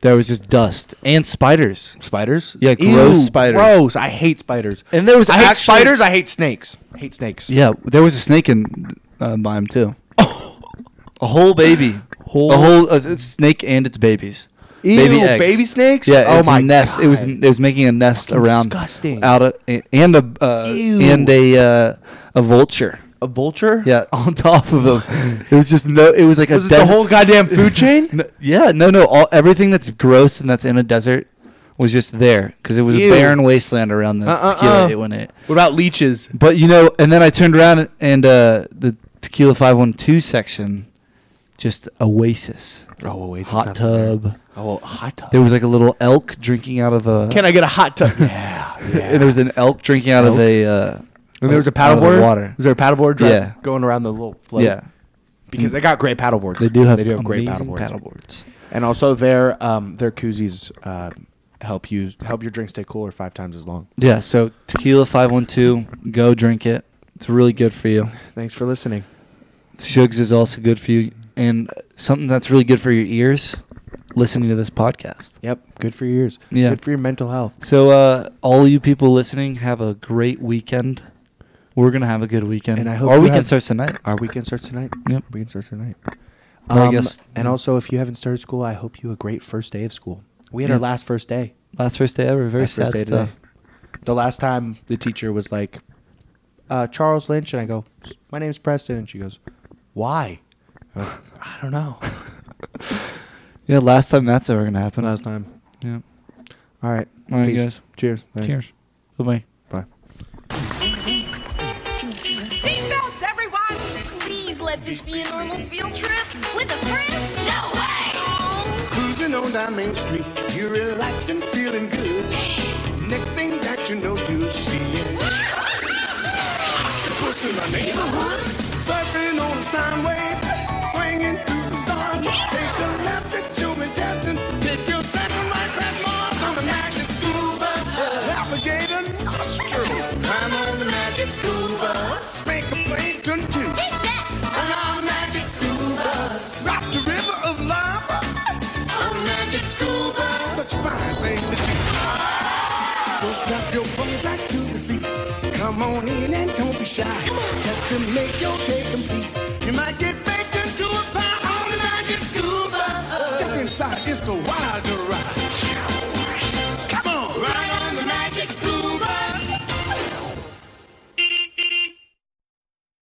there was just dust and spiders.
Spiders?
Yeah, gross spiders.
Gross. I hate spiders.
And there was
I hate
actually-
spiders. I hate snakes. I hate snakes.
Yeah, there was a snake in uh, mine too. a whole baby, a whole uh, snake and its babies.
Ew, baby snakes?
Yeah,
Oh
it's
my
a nest. It was
God.
it was making a nest
Fucking
around
disgusting.
out of and a uh,
Ew.
and a uh, a vulture.
A vulture?
Yeah, on top of them. It was just no. It was like
Was
a
it the
desert-
whole goddamn food chain?
No, yeah, no, no. All everything that's gross and that's in a desert was just there because it was
Ew.
a barren wasteland around the
Uh-uh-uh.
tequila eight one eight.
What about leeches?
But you know, and then I turned around and uh, the tequila five one two section, just oasis,
Oh, wait, it's
hot
nothing there.
tub.
Oh, well, hot tub.
There was like a little elk drinking out of a.
Can I get a hot tub? yeah, yeah.
And there was an elk drinking out of a. Uh,
And there was a
out of the
paddleboard.
Water.
Was there a paddleboard? Drive
Yeah.
Going around the little float.
Yeah,
Because they got great paddleboards.
they do have.
They do have great
amazing
paddleboards.
paddleboards.
And also their um their koozies uh, help you help your drink stay cooler five times as long.
Yeah, so tequila five one two, go drink it. It's really good for you.
Thanks for listening.
Shugs is also good for you, and something that's really good for your ears, listening to this podcast.
Yep. Good for your ears.
Yeah.
Good for your mental health.
So, uh, all you people listening, have a great weekend. We're gonna have a good weekend.
And I hope
our
you
weekend
have-
starts tonight.
Our weekend starts tonight.
Yep.
Weekend starts tonight.
Well, I
Um,
guess-
and also if you haven't started school, I hope you a great first day of school. We had our
Yeah.
last first day.
Last first day ever. Very
Last first
sad
day today.
stuff.
The last time the teacher was like, uh, Charles Lynch, and I go, My name's Preston, and she goes, Why? I go, "I don't know.
Yeah, last time that's ever gonna happen.
last time.
Yeah.
All right.
All right,
Peace.
guys.
Cheers. Thanks.
Cheers. Bye bye.
Bye.
Seatbelts, everyone! Please let this be a normal field trip with a friend.
No way!
Cruising on down Main Street, you're relaxed and feeling good. Next thing that you know, you're seeing. What's in my neighborhood? Surfing on the sound wave, swinging through the stars. Take a left at human testing. Take your second right past Mars on the magic scuba. Navigate an ostrich. Climb on the magic scuba. Spank a plankton too.
Take that!
On our magic scuba. Drop the river of lava.
A magic school bus!
Such a fine thing to do. So strap your bones right to the seat. Come on in and don't be shy. Just to make your day complete. You might get baked into a pie on the magic scuba. Step inside, it's a wild ride.